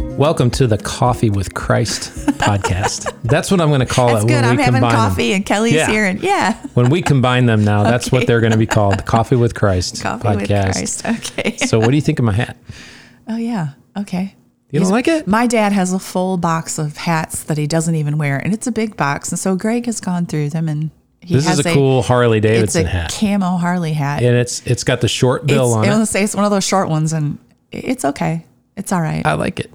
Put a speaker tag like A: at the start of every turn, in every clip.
A: Welcome to the Coffee with Christ podcast. That's what I'm going to call
B: That's
A: it.
B: good.
A: Oh, When
B: I'm
A: we
B: having
A: combine them.
B: coffee and Kelly's
A: Yeah.
B: here. And yeah.
A: When we combine them now, that's what
B: Okay.
A: they're going to be called the Coffee with Christ
B: Coffee
A: podcast.
B: with Christ. Okay.
A: So, what do you think of my hat?
B: oh, yeah. Okay.
A: You don't like it?
B: My dad has a full box of hats that he doesn't even wear, and it's a big box. And so Greg has gone through them, and he
A: This
B: has
A: is a, cool Harley
B: It's a
A: Davidson hat,
B: camo Harley hat.
A: and it's it's got the short
B: it's,
A: bill
B: I
A: on it.
B: want to say it's one of those short ones, and it's okay. It's all right.
A: I like it.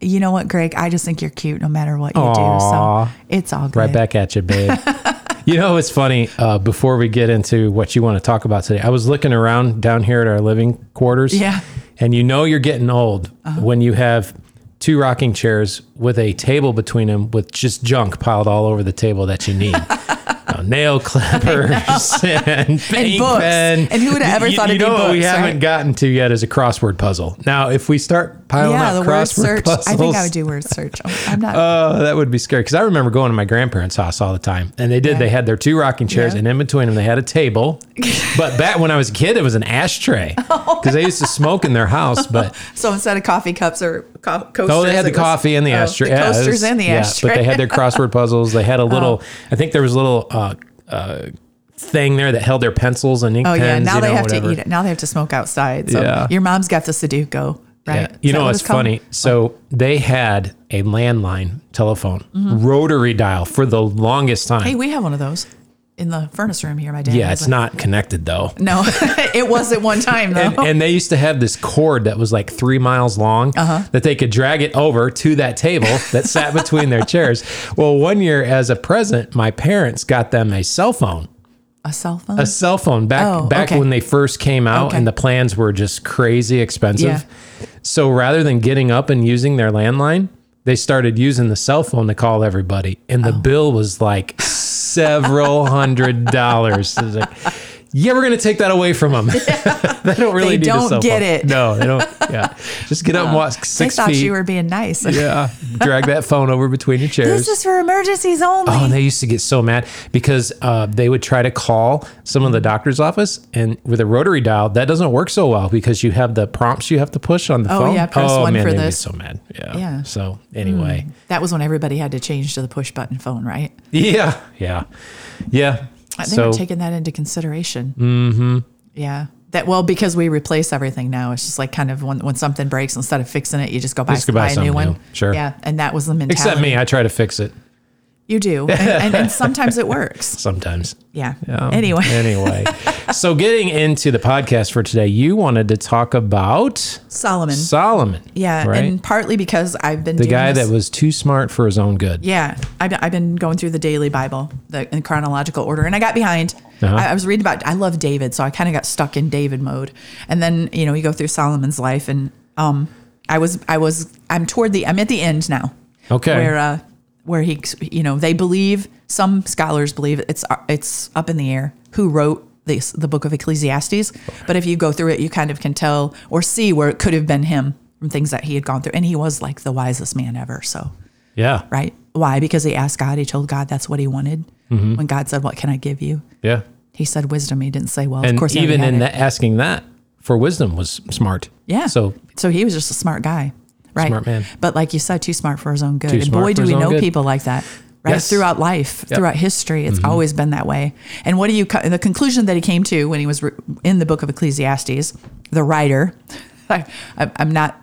B: you know what, Greg? I just think you're cute, no matter what you
A: Aw.
B: do. So it's all good.
A: Right back at you, babe. you know, it's funny. Uh, before we get into what you want to talk about today, I was looking around down here at our living quarters.
B: Yeah. Uh-huh.
A: And you know you're getting old when you have two rocking chairs with a table between them with just junk piled all over the table that you need. Uh, nail clippers and paint
B: books.
A: pen.
B: And who would have ever
A: You-
B: thought
A: you
B: it'd be
A: know what we
B: books,
A: haven't
B: right?
A: gotten to yet is a crossword puzzle. Now, if we start piling
B: yeah,
A: up
B: the word
A: crossword
B: search.
A: puzzles,
B: I think I would do word search. I'm not.
A: Oh, that would be scary. Because I remember going to my grandparents' house all the time, and they did. They had their two rocking chairs,
B: Yeah.
A: and in between them, they had a table. but back when I was a kid, it was an ashtray
B: Oh,
A: because they used to smoke in their house. But
B: so instead of coffee cups or co- coasters,
A: oh, they had the
B: it was-
A: coffee and the
B: oh,
A: ashtray.
B: The
A: Yeah, it
B: coasters
A: was-
B: and the
A: yeah,
B: ashtray. Oh.
A: But they had their crossword puzzles. They had a little. I think there was a little. Uh, uh, thing there that held their pencils and ink
B: Oh yeah,
A: pens,
B: now
A: you
B: they
A: know,
B: have
A: whatever.
B: to eat it. Now they have to smoke outside. So
A: Yeah.
B: your mom's got the Sudoku, right?
A: Yeah. You
B: Is that
A: know,
B: what
A: it's
B: called?
A: funny. So they had a landline telephone, rotary dial for the longest time.
B: Mm-hmm. Hey, we have one of those in the furnace room here. My dad.
A: yeah,
B: has
A: it's
B: it.
A: not connected though.
B: No, it was at one time though.
A: and, and they used to have this cord that was like three miles long that they could drag it over to that table that sat between their chairs. Well, one year as a present, my parents got them a cell phone.
B: a cell phone.
A: A cell phone back
B: Oh,
A: back
B: okay.
A: when they first came out
B: Okay.
A: and the plans were just crazy expensive.
B: Yeah.
A: So rather than getting up and using their landline, they started using the cell phone to call everybody. And
B: Oh.
A: the bill was like several hundred dollars. It was like, yeah, we're gonna take that away from them. they don't really need
B: They
A: a
B: don't
A: cell
B: get
A: phone.
B: it.
A: No, they don't. Yeah, just get up and walk
B: they
A: six
B: thought
A: feet.
B: you were being nice.
A: yeah, drag that phone over between your chairs.
B: This is for emergencies only.
A: Oh, and they used to get so mad because uh, they would try to call some of the doctor's office, and with a rotary dial, that doesn't work so well because you have the prompts you have to push on the
B: Oh,
A: phone.
B: yeah, press
A: one
B: one for
A: they'd
B: this.
A: Be so mad. Yeah.
B: Yeah. Hmm.
A: So anyway,
B: that was when everybody had to change to the push button phone, right?
A: yeah, yeah, yeah.
B: I think
A: So
B: we're taking that into consideration. Mm-hmm. Yeah. That well, because we replace everything now. It's just like kind of when, when something breaks, instead of fixing it, you just go buy,
A: Just go buy
B: buy, a
A: something
B: new one.
A: new. Sure.
B: Yeah. And that was the mentality.
A: except me, I try to fix it
B: You do. And, and, and sometimes it works.
A: sometimes.
B: Yeah.
A: Um,
B: Anyway.
A: anyway, so getting into the podcast for today, you wanted to talk about
B: Solomon.
A: Solomon.
B: yeah.
A: right.
B: And partly because I've been
A: the guy that was too smart for his own good.
B: Yeah, I've, I've been going through the daily Bible the, in chronological order, and I got behind.
A: Uh-huh.
B: I, I was reading about. I love David, so I kind of got stuck in David mode. And then you know you go through Solomon's life, and um, I was I was I'm toward the I'm at the end now.
A: Okay.
B: where uh, where he you know they believe some scholars believe it's uh, it's up in the air who wrote. This, the book of Ecclesiastes, but if you go through it, you kind of can tell or see where it could have been him from things that he had gone through. And he was like the wisest man ever. So,
A: yeah.
B: right? Why? Because he asked God, he told God that's what he wanted.
A: Mm-hmm.
B: When God said, What can I give you?
A: Yeah.
B: He said wisdom. He didn't say, Well,
A: and
B: of course, he already
A: even
B: had
A: in
B: it.
A: that, asking that for wisdom was smart.
B: Yeah.
A: So
B: so he was just a smart guy, right?
A: Smart man.
B: But like you said, too smart for his own good. and
A: smart
B: boy,
A: for
B: do
A: his
B: we
A: own
B: know
A: good.
B: people like that, right?
A: Yes. Mm-hmm.
B: Throughout life, throughout history, it's always been that way. And what do you, co- the conclusion that he came to when he was re- in the book of Ecclesiastes, the writer, I, I, I'm not,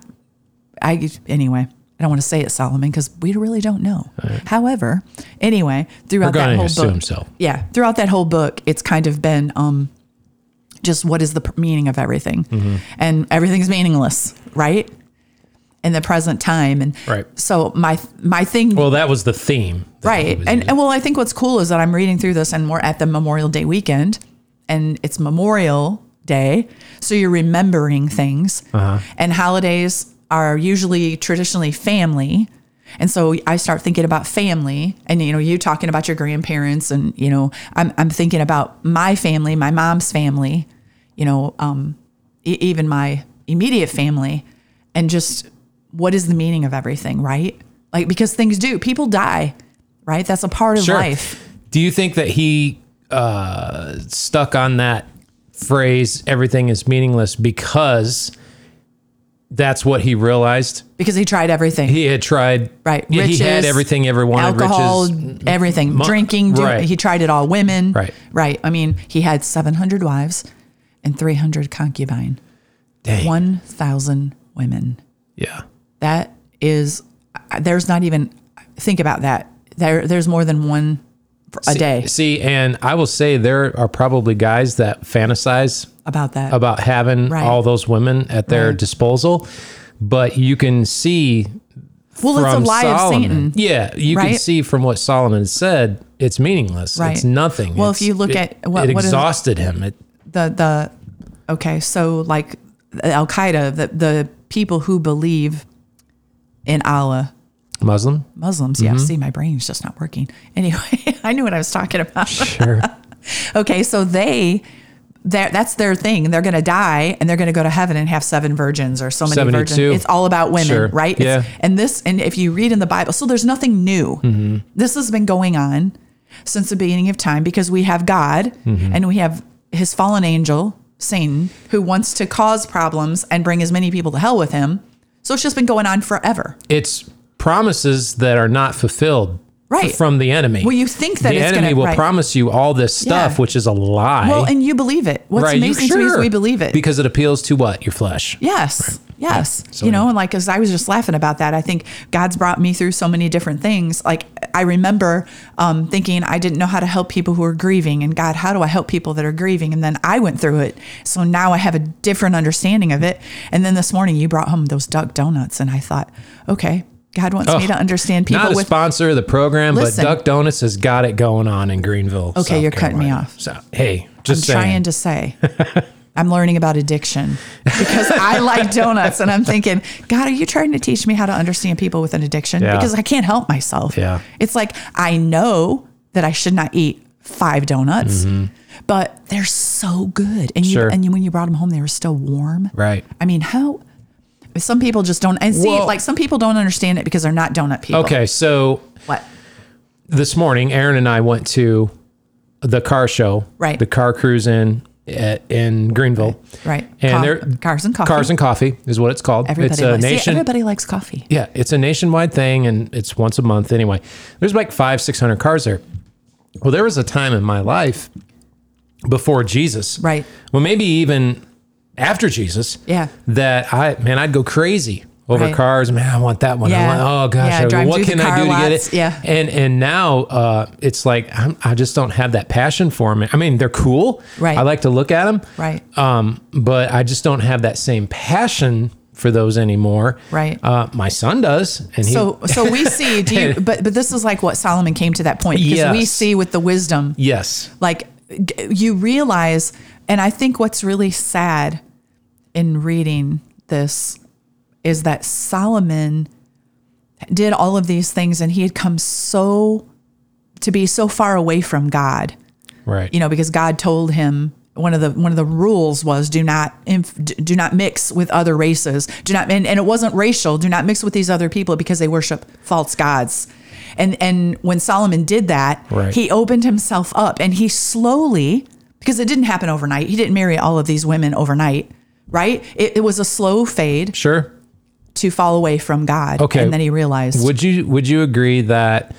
B: I, anyway. I don't want to say it, Solomon, because we really don't know. However, anyway, throughout
A: gonna
B: that whole
A: assume
B: book,
A: so.
B: yeah, throughout that whole book, it's kind of been um, just what is the pr- meaning of everything and everything's meaningless right in the present time and
A: Right.
B: so my my thing
A: well, that was the theme. that he
B: right
A: was
B: and,
A: using.
B: and well i think what's cool is that i'm reading through this and we're at the memorial day weekend and it's memorial day so you're remembering things
A: Uh-huh.
B: and holidays are usually traditionally family and so I start thinking about family and you know you talking about your grandparents and you know I'm I'm thinking about my family, my mom's family, you know, um e- even my immediate family and just what is the meaning of everything, right? Like because things do, people die, right? That's a part of
A: Sure.
B: life.
A: Do you think that he uh, stuck on that phrase "everything is meaningless" because that's what he realized.
B: because he tried everything.
A: He had tried.
B: right.
A: Yeah, he had
B: Riches,
A: everything everyone wanted.
B: Alcohol,
A: Riches.
B: everything. Drinking. doing-
A: right.
B: He tried it all. Women.
A: Right.
B: Right. I mean, he had 700 wives and 300 concubine.
A: Dang.
B: 1,000 women.
A: Yeah.
B: That is, I- there's not even, think about that. There, there's more than one for a day
A: See, and I will say there are probably guys that fantasize
B: about that.
A: about having
B: Right.
A: all those women at their
B: Right.
A: disposal, but you can see
B: well, it's a
A: from
B: lie
A: Solomon.
B: of Satan.
A: Yeah, you can
B: right?
A: see from what Solomon said, it's meaningless. It's
B: Right.
A: nothing.
B: Well, if
A: It's-
B: you look
A: it-
B: at what-
A: it
B: what is-
A: exhausted him. It,
B: the the okay so like al qaeda the, the people who believe in allah
A: Muslim,
B: muslims yeah see my brain's just not working anyway i knew what i was talking about
A: sure.
B: okay so they that that's their thing they're going to die and they're going to go to heaven and have seven virgins or so many
A: 72.
B: virgins it's all about women
A: Sure.
B: right It's-
A: Yeah.
B: and this and if you read in the bible so there's nothing new
A: Mm-hmm.
B: this has been going on since the beginning of time because we have god
A: Mm-hmm.
B: and we have his fallen angel satan who wants to cause problems and bring as many people to hell with him so it's just been going on forever
A: it's promises that are not fulfilled
B: Right.
A: from the enemy.
B: well you think that
A: the
B: it's
A: enemy
B: going
A: will
B: right.
A: promise you all this stuff,
B: Yeah.
A: which is a lie.
B: well and you believe it what's
A: right? You-
B: amazing to me is
A: sure.
B: we believe it
A: because it appeals to what your flesh.
B: Yes. Yes.
A: So-
B: you know, and like, as I was just laughing about that, I think God's brought me through so many different things. Like, I remember um, thinking I didn't know how to help people who are grieving, and God, how do I help people that are grieving? And then I went through it. So now I have a different understanding of it. And then this morning you brought home those duck donuts, and I thought, okay, God wants me to understand people
A: Oh, Not a
B: with.
A: sponsor of the program,
B: Listen.
A: but Duck Donuts has got it going on in Greenville. Okay,
B: you're cutting me off.
A: So hey, just saying.
B: trying to say. I'm learning about addiction because I like donuts and I'm thinking, God, are you trying to teach me how to understand people with an addiction?
A: Yeah.
B: Because I can't help myself.
A: Yeah.
B: It's like I know that I should not eat five donuts, but they're so good. And you,
A: Mm-hmm. Sure.
B: and you, when you brought them home, they were still warm.
A: Right.
B: I mean, how some people just don't and see
A: Well-
B: like some people don't understand it because they're not donut people.
A: Okay, so
B: What?
A: this morning, Aaron and I went to the car show,
B: Right.
A: The car cruise in at, in Greenville,
B: Right.
A: And
B: Co-
A: they're-
B: cars and coffee.
A: Cars and Coffee is what it's called.
B: everybody
A: it's a
B: likes, see,
A: nation.
B: everybody likes coffee.
A: yeah, it's a nationwide thing, and it's once a month anyway. There's like five, six hundred cars there. Well, there was a time in my life before Jesus,
B: Right.
A: Well, maybe even after Jesus,
B: Yeah.
A: That I man, I'd go crazy over
B: Right.
A: cars. Man, I want that one. I
B: Yeah.
A: want- oh gosh,
B: Yeah,
A: I-
B: drive
A: what
B: through the
A: can I
B: car
A: do to get
B: lots.
A: it?
B: Yeah.
A: And and now uh, it's like I'm, I just don't have that passion for them. I mean, they're cool.
B: Right.
A: I like to look at them.
B: Right.
A: Um, but I just don't have that same passion for those anymore.
B: Right.
A: Uh, my son does, and he.
B: So, so we see. Do you, but but this is like what Solomon came to that point because we
A: Yes.
B: see with the wisdom,
A: yes.
B: like d- you realize, and I think what's really sad in reading this is that Solomon did all of these things, and he had come so to be so far away from God
A: Right.
B: you know because god told him one of the one of the rules was do not inf- d- do not mix with other races do not and, and it wasn't racial do not mix with these other people because they worship false gods and and when solomon did that
A: Right.
B: he opened himself up and he slowly because it didn't happen overnight he didn't marry all of these women overnight right it, it was a slow fade
A: sure.
B: to fall away from god
A: Okay.
B: and then he realized
A: Would you Would you agree that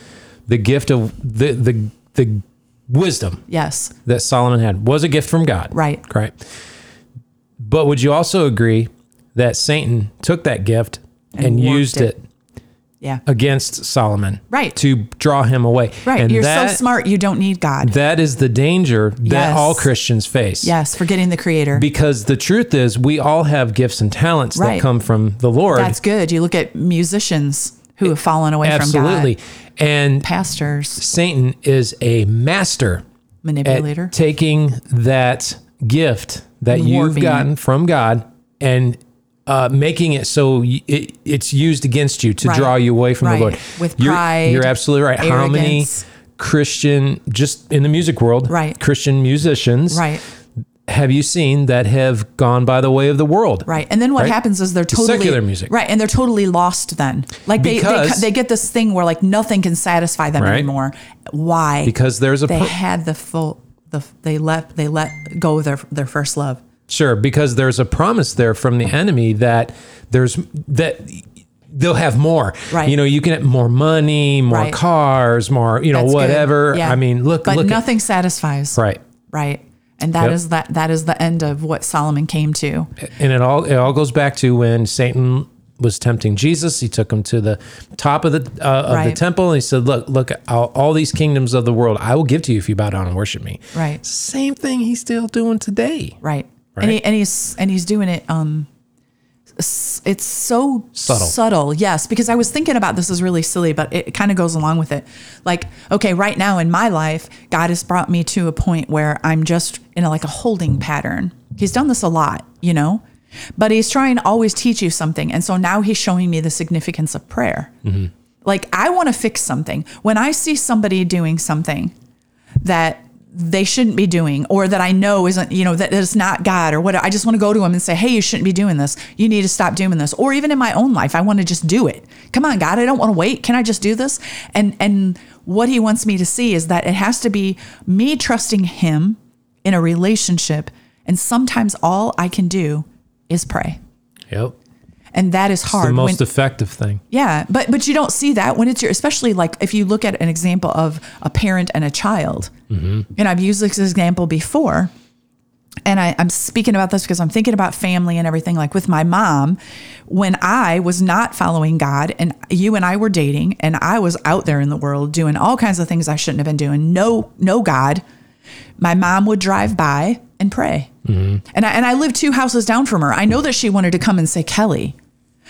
A: the gift of the the the wisdom
B: yes
A: that Solomon had was a gift from God?
B: right
A: Right. But would you also agree that Satan took that gift and,
B: And warped
A: used it.
B: it. yeah
A: against Solomon?
B: Right.
A: To draw him away.
B: right
A: And
B: you're
A: that,
B: so smart you don't need god
A: That is the danger that
B: Yes.
A: all Christians face.
B: yes forgetting the creator
A: Because the truth is, we all have gifts and talents that
B: Right.
A: come from the Lord.
B: That's good. You look at musicians who have fallen away
A: Absolutely.
B: from God,
A: And
B: pastors,
A: Satan is a master at
B: manipulator.
A: taking that gift that
B: And
A: you've
B: warping it.
A: gotten from God and uh, making it so y- it, it's used against you to
B: Right.
A: draw you away from
B: Right.
A: the Lord.
B: With
A: you're,
B: pride,
A: you're absolutely right. How many
B: arrogance.
A: Christian, just in the music world,
B: Right.
A: Christian musicians,
B: right,
A: have you seen that have gone by the way of the world?
B: right. And then what
A: Right.
B: happens is they're totally
A: secular music.
B: Right, and they're totally lost then. Like they, they
A: Because-
B: they get this thing where like nothing can satisfy them
A: Right.
B: anymore. Why?
A: Because there's a
B: they
A: per-
B: had the full the they let they let go of their their first love.
A: Sure, because there's a promise there from the enemy that there's that they'll have more.
B: Right.
A: You know, you can have more money, more
B: Right.
A: cars, more, you know,
B: That's good.
A: whatever.
B: Yeah.
A: I mean, look
B: but
A: look at-
B: nothing satisfies.
A: right.
B: Right. And that
A: Yep.
B: is that that is the end of what Solomon came to.
A: And it all it all goes back to when Satan was tempting Jesus. He took him to the top of the uh, of the
B: Right.
A: temple and he said, "Look, look, all, all these kingdoms of the world I will give to you if you bow down and worship me."
B: Right.
A: Same thing he's still doing today.
B: Right. And, he, and he's and he's doing it. Um, s- it's so
A: Subtle.
B: Yes, because I was thinking about this is really silly, but it kind of goes along with it. Like, okay, right now in my life, God has brought me to a point where I'm just in a, like a holding pattern. He's done this a lot, you know, but he's trying to always teach you something, and so now he's showing me the significance of prayer. Like, I want to fix something when I see somebody doing something that they shouldn't be doing or that I know isn't, you know, that it's not God or what. I just want to go to him and say, hey, you shouldn't be doing this. You need to stop doing this. Or even in my own life, I want to just do it. Come on, God, I don't want to wait. Can I just do this? And and what he wants me to see is that it has to be me trusting him in a relationship. And sometimes all I can do is pray.
A: Yep.
B: And that is hard.
A: The
B: when-
A: most effective thing.
B: yeah, but but you don't see that when it's your, especially like if you look at an example of a parent and a child. And I've used this example before, and I, I'm speaking about this because I'm thinking about family and everything. Like with my mom, when I was not following God, and you and I were dating, and I was out there in the world doing all kinds of things I shouldn't have been doing. No, no God. My mom would drive by and pray, and I, and I lived two houses down from her. I know that she wanted to come and say, Kelly,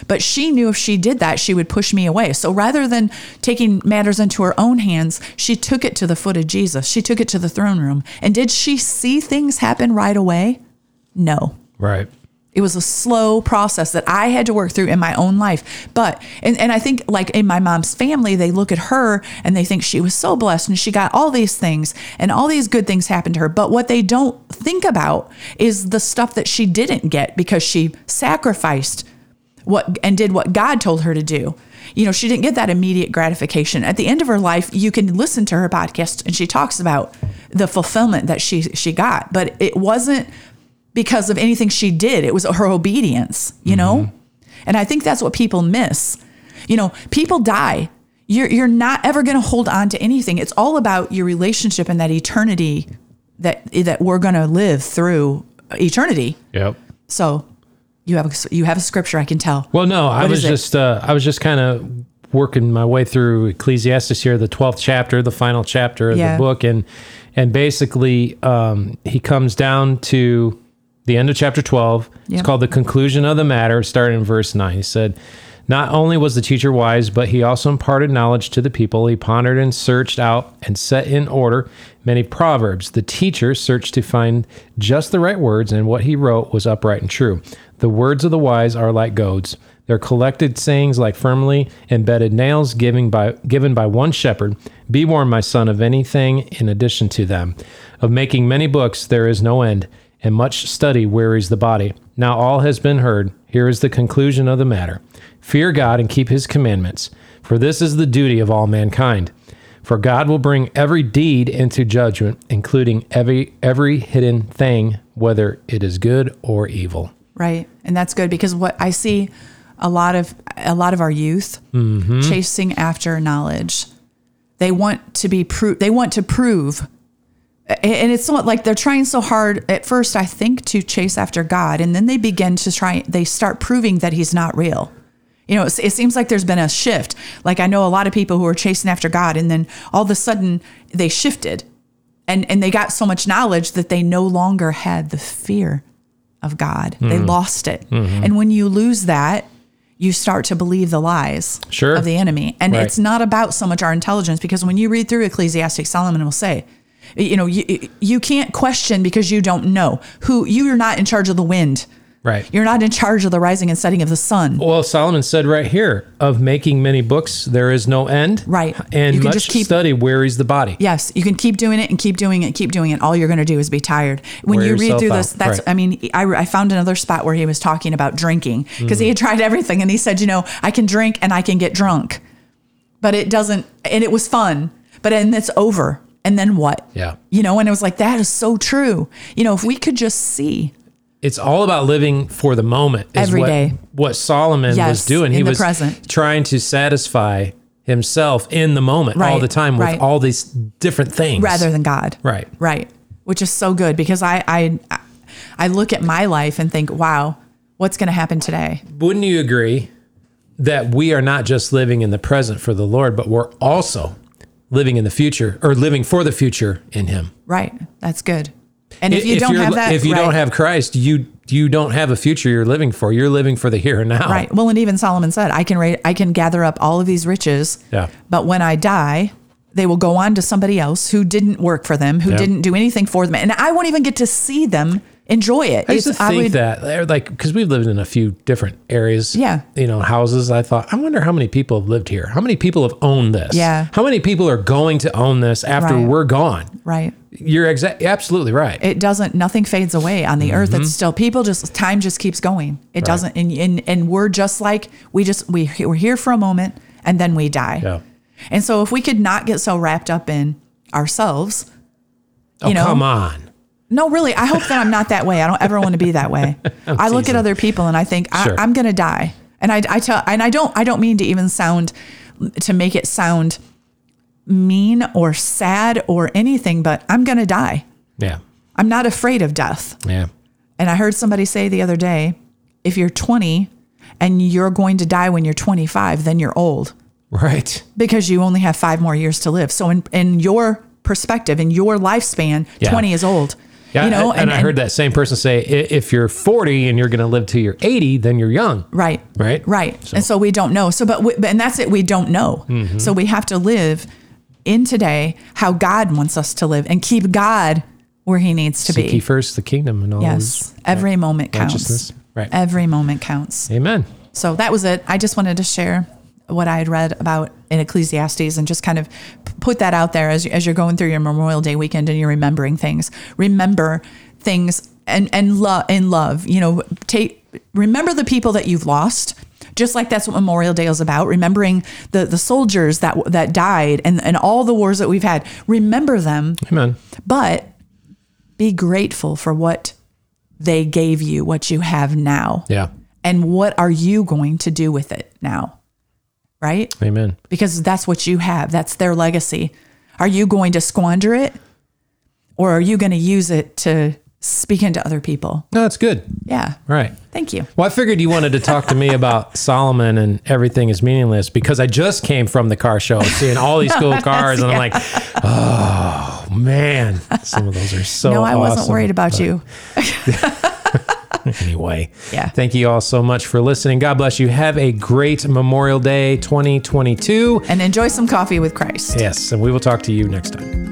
B: but she knew if she did that, she would push me away. So rather than taking matters into her own hands, she took it to the foot of Jesus. She took it to the throne room. And did she see things happen right away? No.
A: Right.
B: It was a slow process that I had to work through in my own life. But, and, and I think like in my mom's family, they look at her and they think she was so blessed and she got all these things and all these good things happened to her. But what they don't think about is the stuff that she didn't get because she sacrificed what and did what God told her to do. You know, she didn't get that immediate gratification. At the end of her life, you can listen to her podcast and she talks about the fulfillment that she she got, but it wasn't because of anything she did. It was her obedience, you know? And I think that's what people miss. You know, people die. You're you're not ever going to hold on to anything. It's all about your relationship and that eternity that that we're going to live through eternity.
A: Yep.
B: So, you have a, you have a scripture I can tell.
A: Well, no, I
B: What
A: was
B: is it?
A: just uh, I was just kind of working my way through Ecclesiastes here, the twelfth chapter, the final chapter of
B: Yeah.
A: the book, and and basically um, he comes down to the end of chapter twelve.
B: Yep.
A: It's called the conclusion of the matter, starting in verse nine. He said. Not only was the teacher wise, but he also imparted knowledge to the people. He pondered and searched out and set in order many proverbs. The teacher searched to find just the right words, and what he wrote was upright and true. The words of the wise are like goads. They're collected sayings like firmly embedded nails giving by, given by one shepherd. Be warned, my son, of anything in addition to them. Of making many books, there is no end, and much study wearies the body. Now all has been heard. Here is the conclusion of the matter Fear God and keep his commandments, for this is the duty of all mankind. For God will bring every deed into judgment, including every every hidden thing, whether it is good or evil.
B: Right. And that's good because what I see a lot of a lot of our youth chasing after knowledge. They want to be pro- they want to prove A- and it's somewhat like they're trying so hard at first I think to chase after God and then they begin to try they start proving that he's not real. You know, it's, it seems like there's been a shift. Like I know a lot of people who are chasing after God and then all of a sudden they shifted. And and they got so much knowledge that they no longer had the fear of God. They lost it. And when you lose that, you start to believe the lies
A: Sure.
B: of the enemy. And
A: Right.
B: it's not about so much our intelligence because when you read through Ecclesiastes, Solomon will say, you know, you, you can't question because you don't know who you are not in charge of the wind.
A: Right.
B: You're not in charge of the rising and setting of the sun.
A: Well, Solomon said right here, of making many books, there is no end.
B: Right.
A: And
B: You can
A: much
B: just keep-
A: study wearies the body.
B: Yes, you can keep doing it and keep doing it and keep doing it. All you're going to do is be tired. When
A: Wear
B: you read
A: yourself
B: through
A: out.
B: this, that's,
A: Right.
B: I mean, I, I found another spot where he was talking about drinking because he had
A: Mm-hmm.
B: tried everything and he said, you know, I can drink and I can get drunk, but it doesn't, and it was fun, but then it's over. And then what?
A: Yeah.
B: You know, and it was like, that is so true. You know, if we could just see
A: it's all about living for the moment. Is
B: Every
A: what,
B: day.
A: What Solomon was
B: Yes,
A: doing, he
B: in the
A: was
B: present.
A: trying to satisfy himself in the moment all
B: Right,
A: the time with
B: right.
A: all these different things.
B: rather than God.
A: right.
B: Right. Which is so good because I I I look at my life and think, wow, what's going to happen today?
A: Wouldn't you agree that we are not just living in the present for the Lord, but we're also living in the future or living for the future in Him?
B: Right. That's good. And if, you don't
A: you're-
B: have that,
A: if you
B: right,
A: don't have Christ, you you don't have a future you're living for. You're living for the here and now.
B: right. Well, and even Solomon said, I can ra- I can gather up all of these riches,
A: Yeah.
B: but when I die, they will go on to somebody else who didn't work for them, who
A: Yeah.
B: didn't do anything for them, and I won't even get to see them enjoy it.
A: I used to
B: It's- I
A: think
B: would-
A: that, they're like, because we've lived in a few different areas.
B: Yeah.
A: You know, houses. I thought, I wonder how many people have lived here. How many people have owned this?
B: Yeah.
A: How many people are going to own this after
B: Right.
A: we're gone?
B: right.
A: You're exa- absolutely right.
B: it doesn't nothing fades away on the earth
A: Mm-hmm.
B: it's still people just time just keeps going it doesn't and, and and we're just like we just we we're here for a moment and then we die
A: Yeah.
B: and so if we could not get so wrapped up in ourselves
A: Oh,
B: You know?
A: come on.
B: no really i hope that i'm not that way i don't ever want to be that way i look at other people and i think
A: Oh, Sure.
B: I, i'm gonna die and I, I tell and i don't i don't mean to even sound to make it sound mean or sad or anything but i'm gonna die
A: Yeah.
B: i'm not afraid of death
A: Yeah.
B: And I heard somebody say the other day if you're 20 and you're going to die when you're 25, then you're old
A: Right.
B: because you only have five more years to live. So, in, in your perspective, in your lifespan,
A: Yeah.
B: 20 is old.
A: Yeah.
B: you know,
A: and, I heard that same person say, "I- if you're 40 and you're going to live till you're 80, then you're young.
B: Right.
A: Right.
B: Right. And so we don't know. So, but, we, but and that's it. We don't know.
A: Mm-hmm.
B: So we have to live in today how God wants us to live and keep God where He needs to
A: Seek ye
B: be.
A: first the kingdom and all his
B: Yes. Every moment counts.
A: righteousness. Right.
B: Every moment counts.
A: Amen.
B: So that was it. I just wanted to share what I had read about in Ecclesiastes and just kind of p- put that out there as, you- as you're going through your Memorial Day weekend and you're remembering things. Remember things and and love in love. You know, take remember the people that you've lost. Just like that's what Memorial Day is about, remembering the the soldiers that w- that died and and all the wars that we've had. Remember them,
A: Amen.
B: but be grateful for what they gave you, what you have now
A: Yeah.
B: and what are you going to do with it now? Right?
A: Amen.
B: Because that's what you have. That's their legacy. Are you going to squander it or are you going to use it to speak into other people?
A: No, that's good.
B: Yeah.
A: All right.
B: Thank you.
A: Well, I figured you wanted to talk to me about Solomon and everything is meaningless because I just came from the car show seeing all these cool cars, and I'm like, oh man, some of those are so.
B: no, I wasn't
A: awesome.
B: worried about you.
A: Anyway,
B: Yeah.
A: Thank you all so much for listening. God bless you. Have a great Memorial Day 2022.
B: And enjoy some coffee with Christ.
A: Yes, and we will talk to you next time.